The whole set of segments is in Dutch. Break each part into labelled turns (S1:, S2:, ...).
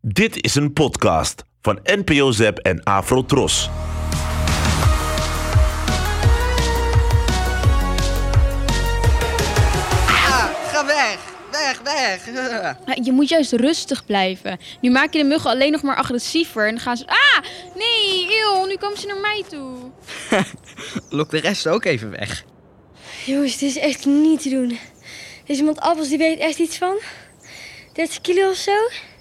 S1: Dit is een podcast van NPO Zep en Afro Tros.
S2: Ah, ga weg, weg, weg.
S3: Ja, Nou, Je moet juist rustig blijven. Nu maak je de muggen alleen nog maar agressiever. En dan gaan ze... Ah, nee, eeuw, nu komen ze naar mij toe.
S2: Lok de rest ook even weg.
S4: Jongens, dit is echt niet te doen. Deze iemand appels, die weet echt iets van. 30 kilo of zo.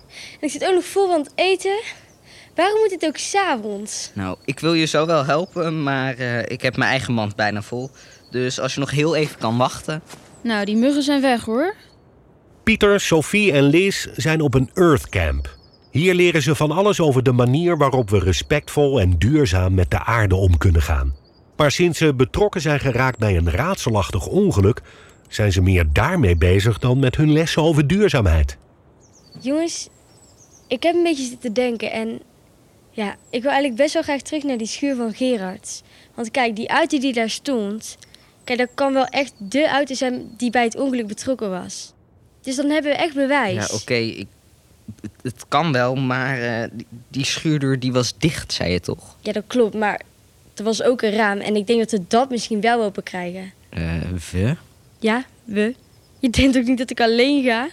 S4: En ik zit ook nog vol aan het eten. Waarom moet dit ook s'avonds?
S2: Nou, ik wil je zo wel helpen, maar eh, ik heb mijn eigen mand bijna vol. Dus als je nog heel even kan wachten.
S3: Nou, die muggen zijn weg, hoor.
S5: Pieter, Sophie en Liz zijn op een Earthcamp. Hier leren ze van alles over de manier waarop we respectvol en duurzaam met de aarde om kunnen gaan. Maar sinds ze betrokken zijn geraakt bij een raadselachtig ongeluk, zijn ze meer daarmee bezig dan met hun lessen over duurzaamheid.
S4: Jongens, ik heb een beetje zitten denken en... Ja, ik wil eigenlijk best wel graag terug naar die schuur van Gerard. Want kijk, die auto die daar stond... Kijk, dat kan wel echt dé auto zijn die bij het ongeluk betrokken was. Dus dan hebben we echt bewijs.
S2: Ja, oké, ik- het, het kan wel, maar eh, die, die schuurdeur die was dicht, zei je toch?
S4: Ja, dat klopt, maar er was ook een raam en ik denk dat we dat misschien wel open krijgen.
S2: Eh, we?
S4: Ja, we. Je denkt ook niet dat ik alleen ga?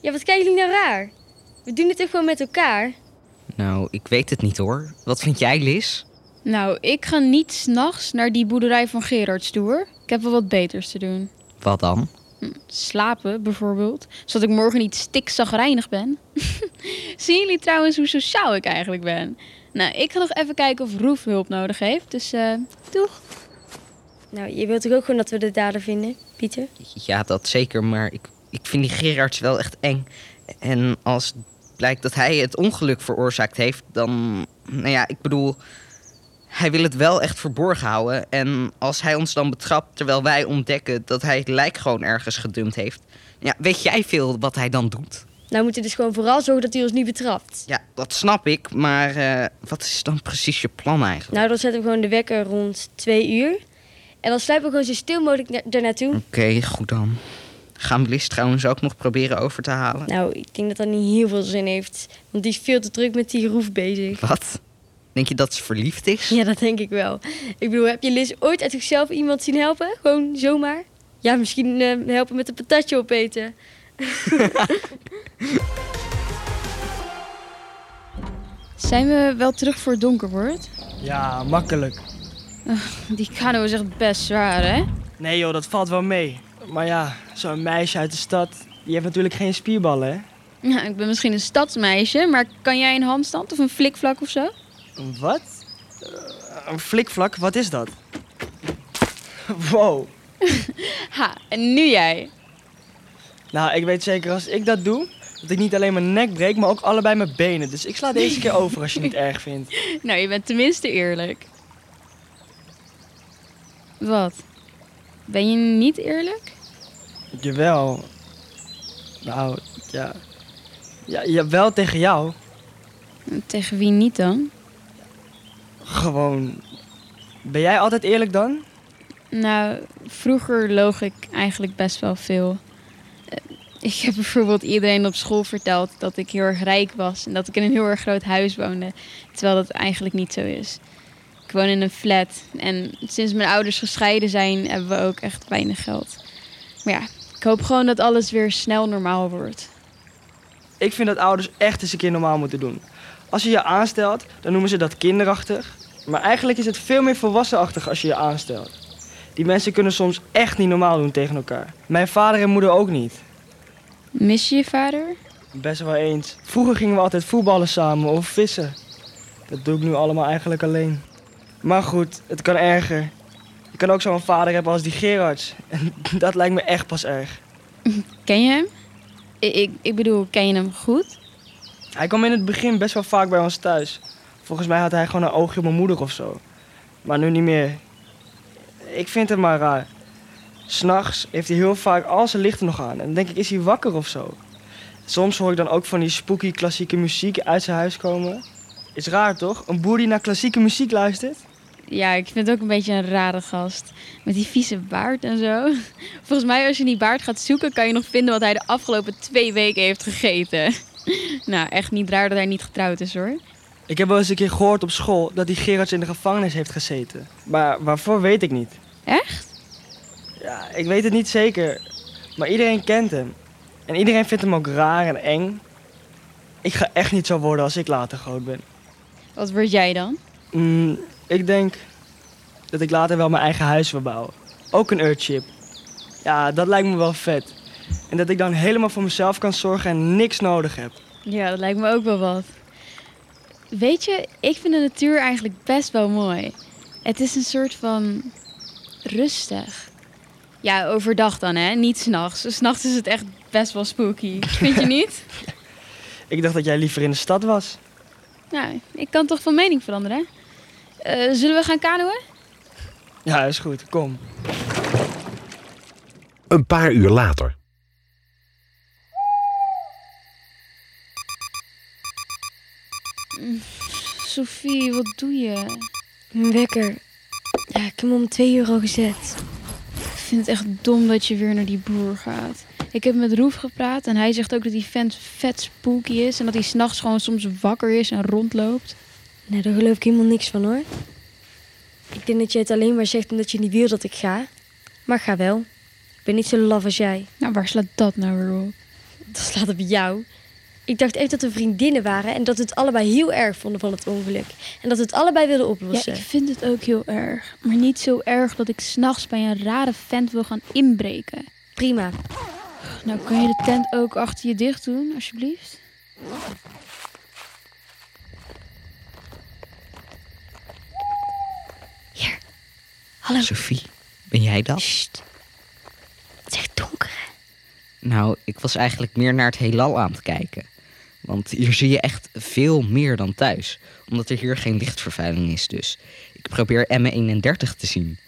S4: Ja, wat kijken jullie nou raar? We doen dit toch gewoon met elkaar?
S2: Nou, ik weet het niet hoor. Wat vind jij, Liz?
S3: Nou, ik ga niet s'nachts naar die boerderij van Gerards toe, hoor. Ik heb wel wat beters te doen.
S2: Wat dan?
S3: Slapen, bijvoorbeeld. Zodat ik morgen niet stikzagrijnig ben. Zien jullie trouwens hoe sociaal ik eigenlijk ben? Nou, ik ga nog even kijken of Roef hulp nodig heeft. Dus, eh doeg.
S4: Nou, je wilt toch ook gewoon dat we de dader vinden, Pieter?
S2: Ja, dat zeker, maar ik, ik vind die Gerards wel echt eng. En als blijkt dat hij het ongeluk veroorzaakt heeft, dan. Nou ja, ik bedoel. Hij wil het wel echt verborgen houden. En als hij ons dan betrapt terwijl wij ontdekken dat hij het lijk gewoon ergens gedumpt heeft. Ja, weet jij veel wat hij dan doet?
S4: Nou, we moeten dus gewoon vooral zorgen dat hij ons niet betrapt.
S2: Ja, dat snap ik, maar eh, wat is dan precies je plan eigenlijk?
S4: Nou, dan zetten we gewoon de wekker rond twee uur. En dan sluipen we gewoon zo stil mogelijk na- ernaartoe.
S2: Oké, goed dan. Gaan we Liz trouwens ook nog proberen over te halen?
S4: Nou, ik denk dat dat niet heel veel zin heeft. Want die is veel te druk met die roef bezig.
S2: Wat? Denk je dat ze verliefd is?
S4: Ja, dat denk ik wel. Ik bedoel, heb je Liz ooit uit zichzelf iemand zien helpen? Gewoon zomaar? Ja, misschien eh, helpen met een patatje opeten.
S3: Zijn we wel terug voor het donker wordt?
S6: Ja, makkelijk.
S3: Die kano is echt best zwaar, hè?
S6: Nee joh, dat valt wel mee. Maar ja, zo'n meisje uit de stad, die heeft natuurlijk geen spierballen, hè?
S3: Ja, ik ben misschien een stadsmeisje, maar kan jij een handstand of een flikvlak of zo?
S6: Een Wat? Eh, een flikvlak, wat is dat? Wow.
S3: Ha, en nu jij.
S6: Nou, ik weet zeker als ik dat doe, dat ik niet alleen mijn nek breek, maar ook allebei mijn benen. Dus ik sla deze keer over als je het niet erg vindt.
S3: Nou, je bent tenminste eerlijk. Wat? Ben je niet eerlijk?
S6: Jawel. Nou, ja. Ja, jawel tegen jou.
S3: Tegen wie niet dan?
S6: Gewoon. Ben jij altijd eerlijk dan?
S3: Nou, vroeger loog ik eigenlijk best wel veel. Eh, Ik heb bijvoorbeeld iedereen op school verteld dat ik heel erg rijk was en dat ik in een heel erg groot huis woonde, terwijl dat eigenlijk niet zo is. Ik woon in een flat en sinds mijn ouders gescheiden zijn, hebben we ook echt weinig geld. Maar ja, ik hoop gewoon dat alles weer snel normaal wordt.
S6: Ik vind dat ouders echt eens een keer normaal moeten doen. Als je je aanstelt, dan noemen ze dat kinderachtig. Maar eigenlijk is het veel meer volwassenachtig als je je aanstelt. Die mensen kunnen soms echt niet normaal doen tegen elkaar. Mijn vader en moeder ook niet.
S3: Mis je je vader?
S6: Best wel eens. Vroeger gingen we altijd voetballen samen of vissen. Dat doe ik nu allemaal eigenlijk alleen. Maar goed, het kan erger. Je kan ook zo'n vader hebben als die Gerards. En dat lijkt me echt pas erg.
S3: Ken je hem? I- Ik, ik bedoel, ken je hem goed?
S6: Hij kwam in het begin best wel vaak bij ons thuis. Volgens mij had hij gewoon een oogje op mijn moeder of zo. Maar nu niet meer. Ik vind het maar raar. S'nachts heeft hij heel vaak al zijn lichten nog aan. En dan denk ik, is hij wakker of zo? Soms hoor ik dan ook van die spooky klassieke muziek uit zijn huis komen. Is raar toch? Een boer die naar klassieke muziek luistert?
S3: Ja, ik vind het ook een beetje een rare gast. Met die vieze baard en zo. Volgens mij, als je die baard gaat zoeken, kan je nog vinden wat hij de afgelopen twee weken heeft gegeten. Nou, echt niet raar dat hij niet getrouwd is hoor.
S6: Ik heb wel eens een keer gehoord op school dat die Gerards in de gevangenis heeft gezeten. Maar waarvoor weet ik niet.
S3: Echt?
S6: Ja, ik weet het niet zeker. Maar iedereen kent hem. En iedereen vindt hem ook raar en eng. Ik ga echt niet zo worden als ik later groot ben.
S3: Wat word jij dan?
S6: Mm, ik denk dat ik later wel mijn eigen huis wil bouwen. Ook een Earthship. Ja, dat lijkt me wel vet. En dat ik dan helemaal voor mezelf kan zorgen en niks nodig heb.
S3: Ja, dat lijkt me ook wel wat. Weet je, ik vind de natuur eigenlijk best wel mooi. Het is een soort van rustig. Ja, overdag dan hè, niet s'nachts. S'nachts is het echt best wel spooky. Vind je niet?
S6: Ik dacht dat jij liever in de stad was.
S3: Nou, ik kan toch van mening veranderen. hè? Eh, zullen we gaan kanoën?
S6: Ja, is goed. Kom.
S5: Een paar uur later.
S3: Sophie, wat doe je?
S4: Mijn wekker. Ja, ik heb hem om twee uur al gezet.
S3: Ik vind het echt dom dat je weer naar die boer gaat. Ik heb met Roef gepraat en hij zegt ook dat die vent vet spooky is en dat hij s'nachts gewoon soms wakker is en rondloopt.
S4: Nou, daar geloof ik helemaal niks van hoor. Ik denk dat jij het alleen maar zegt omdat je niet wil dat ik ga. Maar ga wel. Ik ben niet zo laf als jij.
S3: Nou, waar slaat dat nou weer op?
S4: Dat slaat op jou. Ik dacht echt dat we vriendinnen waren en dat we het allebei heel erg vonden van het ongeluk. En dat we het allebei wilden
S3: Ja,
S4: oplossen.
S3: ik vind het ook heel erg. Maar niet zo erg dat ik s'nachts bij een rare vent wil gaan inbreken.
S4: Prima.
S3: Nou, kan je de tent ook achter je dicht doen, alsjeblieft?
S4: Hallo.
S2: Sophie, ben jij dat?
S4: Sst. Het is echt donker. hè?
S2: Nou, ik was eigenlijk meer naar het heelal aan het kijken. Want hier zie je echt veel meer dan thuis. Omdat er hier geen lichtvervuiling is dus. Ik probeer M31 te zien.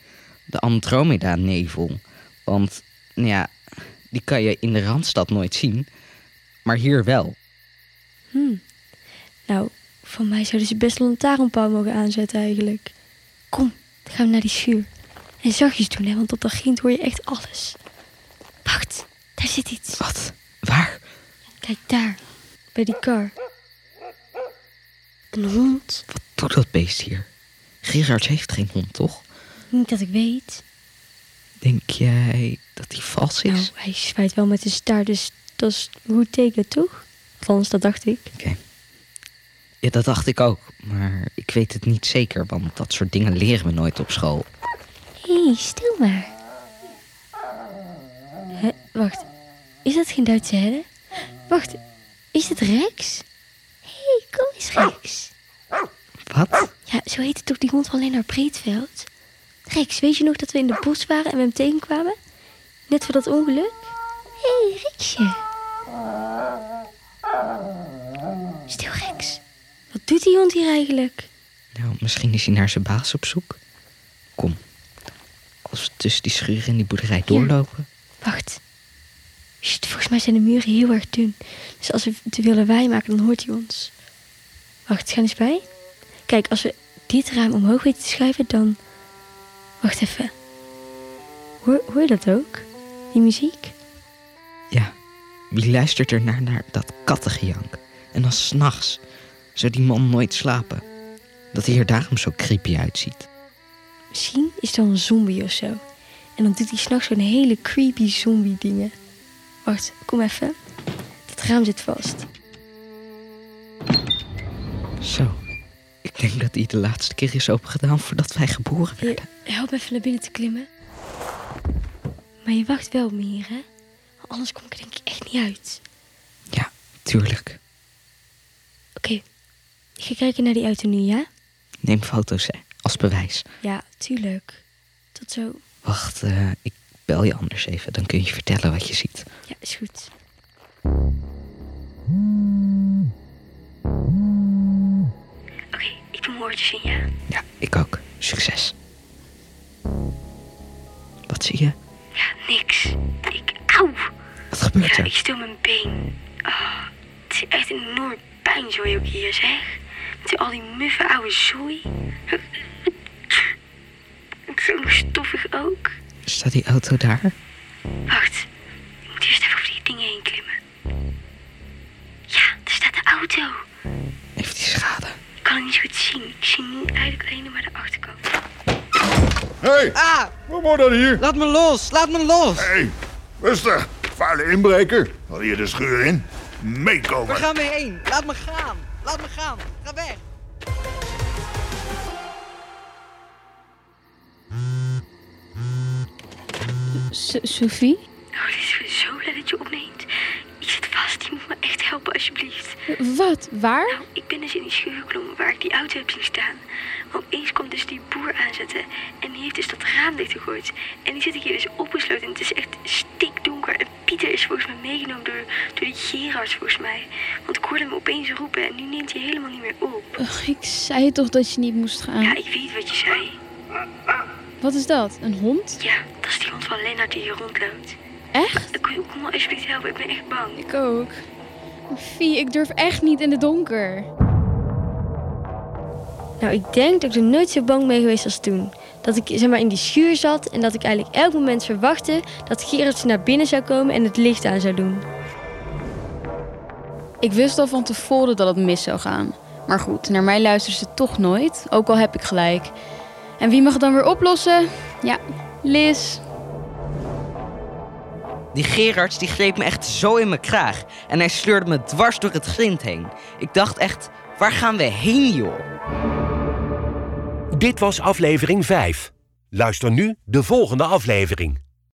S2: De Andromeda-nevel. Want, nou ja, die kan je in de Randstad nooit zien. Maar hier wel.
S4: Hmm. Nou, van mij zouden ze best een lantaarnpaal mogen aanzetten eigenlijk. Kom, dan gaan we naar die schuur. En zachtjes doen, hè, want op dat grind hoor je echt alles. Wacht, daar zit iets.
S2: Wat? Waar?
S4: Kijk daar, bij die kar. Een hond.
S2: Wat doet dat beest hier? Gerard heeft geen hond, toch?
S4: Niet dat ik weet.
S2: Denk jij dat hij vals is?
S4: Nou, hij zwaait wel met zijn staart, dus dat is een goed teken, toch? Althans, dat dacht ik.
S2: Oké. Ja, dat dacht ik ook. Maar ik weet het niet zeker, want dat soort dingen leren we nooit op school.
S4: Hé, hey, stil maar. Hè, wacht, is dat geen Duitse herder? Wacht, is het Rex? Hé, hey, kom eens Rex.
S2: Wat?
S4: Ja, zo heette toch die hond van Lennart Breedveld? Rex, weet je nog dat we in de bos waren en we hem tegenkwamen? Net voor dat ongeluk? Hé, hey, Rexje. Stil, Rex. Wat doet die hond hier eigenlijk?
S2: Nou, misschien is hij naar zijn baas op zoek. Kom. Als we tussen die schuren en die boerderij doorlopen.
S4: Wacht. Sst, volgens mij zijn de muren heel erg dun. Dus als we te willen wij maken, dan hoort hij ons. Wacht, ga eens bij. Kijk, als we dit raam omhoog weten te schuiven, dan... Wacht even. Hoor, hoor je dat ook? Die muziek?
S2: Ja. Wie luistert er naar, naar dat kattengejank? En dan s'nachts. Zou die man nooit slapen? Dat hij er daarom zo creepy uitziet.
S4: Misschien is dat een zombie of zo. En dan doet hij s'nachts zo'n hele creepy zombie dingen. Wacht, kom even. Dat raam zit vast.
S2: Zo. Ik denk dat hij de laatste keer is opengedaan voordat wij geboren
S4: Je,
S2: werden.
S4: help even naar binnen te klimmen. Maar je wacht wel meer, hè? Anders kom ik er denk ik echt niet uit.
S2: Ja, tuurlijk.
S4: Oké, ik ga kijken naar die auto nu, ja?
S2: Neem foto's hè, als bewijs.
S4: Ja, tuurlijk. Tot zo.
S2: Wacht, eh, ik bel je anders even. Dan kun je vertellen wat je ziet.
S4: Ja, is goed. Oké, ik doe mijn oortjes in, ja.
S2: Ja, ik ook. Succes. Wat zie je?
S4: Ja, niks. Ik, auw!
S2: Wat gebeurt
S4: Ja, ik
S2: er?
S4: stil mijn been. Oh, het is echt een enorm pijnzooi ook hier, zeg. Met al die muffe oude zooi. Zo stoffig ook.
S2: Staat die auto daar?
S4: Wacht, ik moet eerst even over die dingen heen klimmen. Ja, daar staat de
S7: auto.
S2: Heeft hij schade?
S7: Kan ik niet goed zien. Ik zie niet eigenlijk alleen maar de achterkant.
S8: Hé,
S2: Ah,
S8: wat wordt dat hier?
S2: laat me los, laat me los.
S8: Hé, rustig. Vuile inbreker. Wil hier de schuur in? Meekomen.
S2: Waar gaan we heen? Laat me gaan, laat me gaan. Ga weg.
S3: So- Sophie?
S7: Oh, het is weer zo blij dat je opneemt. Ik zit vast. Je moet me echt helpen alsjeblieft.
S3: Wat? Waar?
S7: Nou, ik ben dus in die schuur geklommen waar ik die auto heb zien staan. Maar opeens komt dus die boer aanzetten. En die heeft dus dat raam dichtgegooid. En die zit ik hier dus opgesloten. En het is echt stikdonker. En Pieter is volgens mij meegenomen door, door die Gerard volgens mij. Want ik hoorde hem opeens roepen en nu neemt hij helemaal niet meer op.
S3: Ugh, ik zei toch dat je niet moest
S7: Ja,
S3: gaan.
S7: ik weet wat je zei.
S3: Wat is dat? Een hond?
S7: Ja, dat is die hond van Lennart die hier rondloopt.
S3: Echt?
S7: Kom je kom me alsjeblieft helpen, ik ben echt bang.
S3: Ik ook. Sophie, ik durf echt niet in de donker.
S4: Nou, ik denk dat ik er nooit zo bang mee geweest als toen. Dat ik zeg maar, in die schuur zat en dat ik eigenlijk elk moment verwachtte dat Gerard naar binnen zou komen en het licht aan zou doen.
S3: Ik wist al van tevoren dat het mis zou gaan. Maar goed, naar mij luisteren ze toch nooit, ook al heb ik gelijk. En wie mag het dan weer oplossen? Ja, Liz.
S2: Die Gerards die greep me echt zo in mijn kraag. En hij sleurde me dwars door het grind heen. Ik dacht echt, waar gaan we heen joh?
S5: Dit was aflevering 5. Luister nu de volgende aflevering.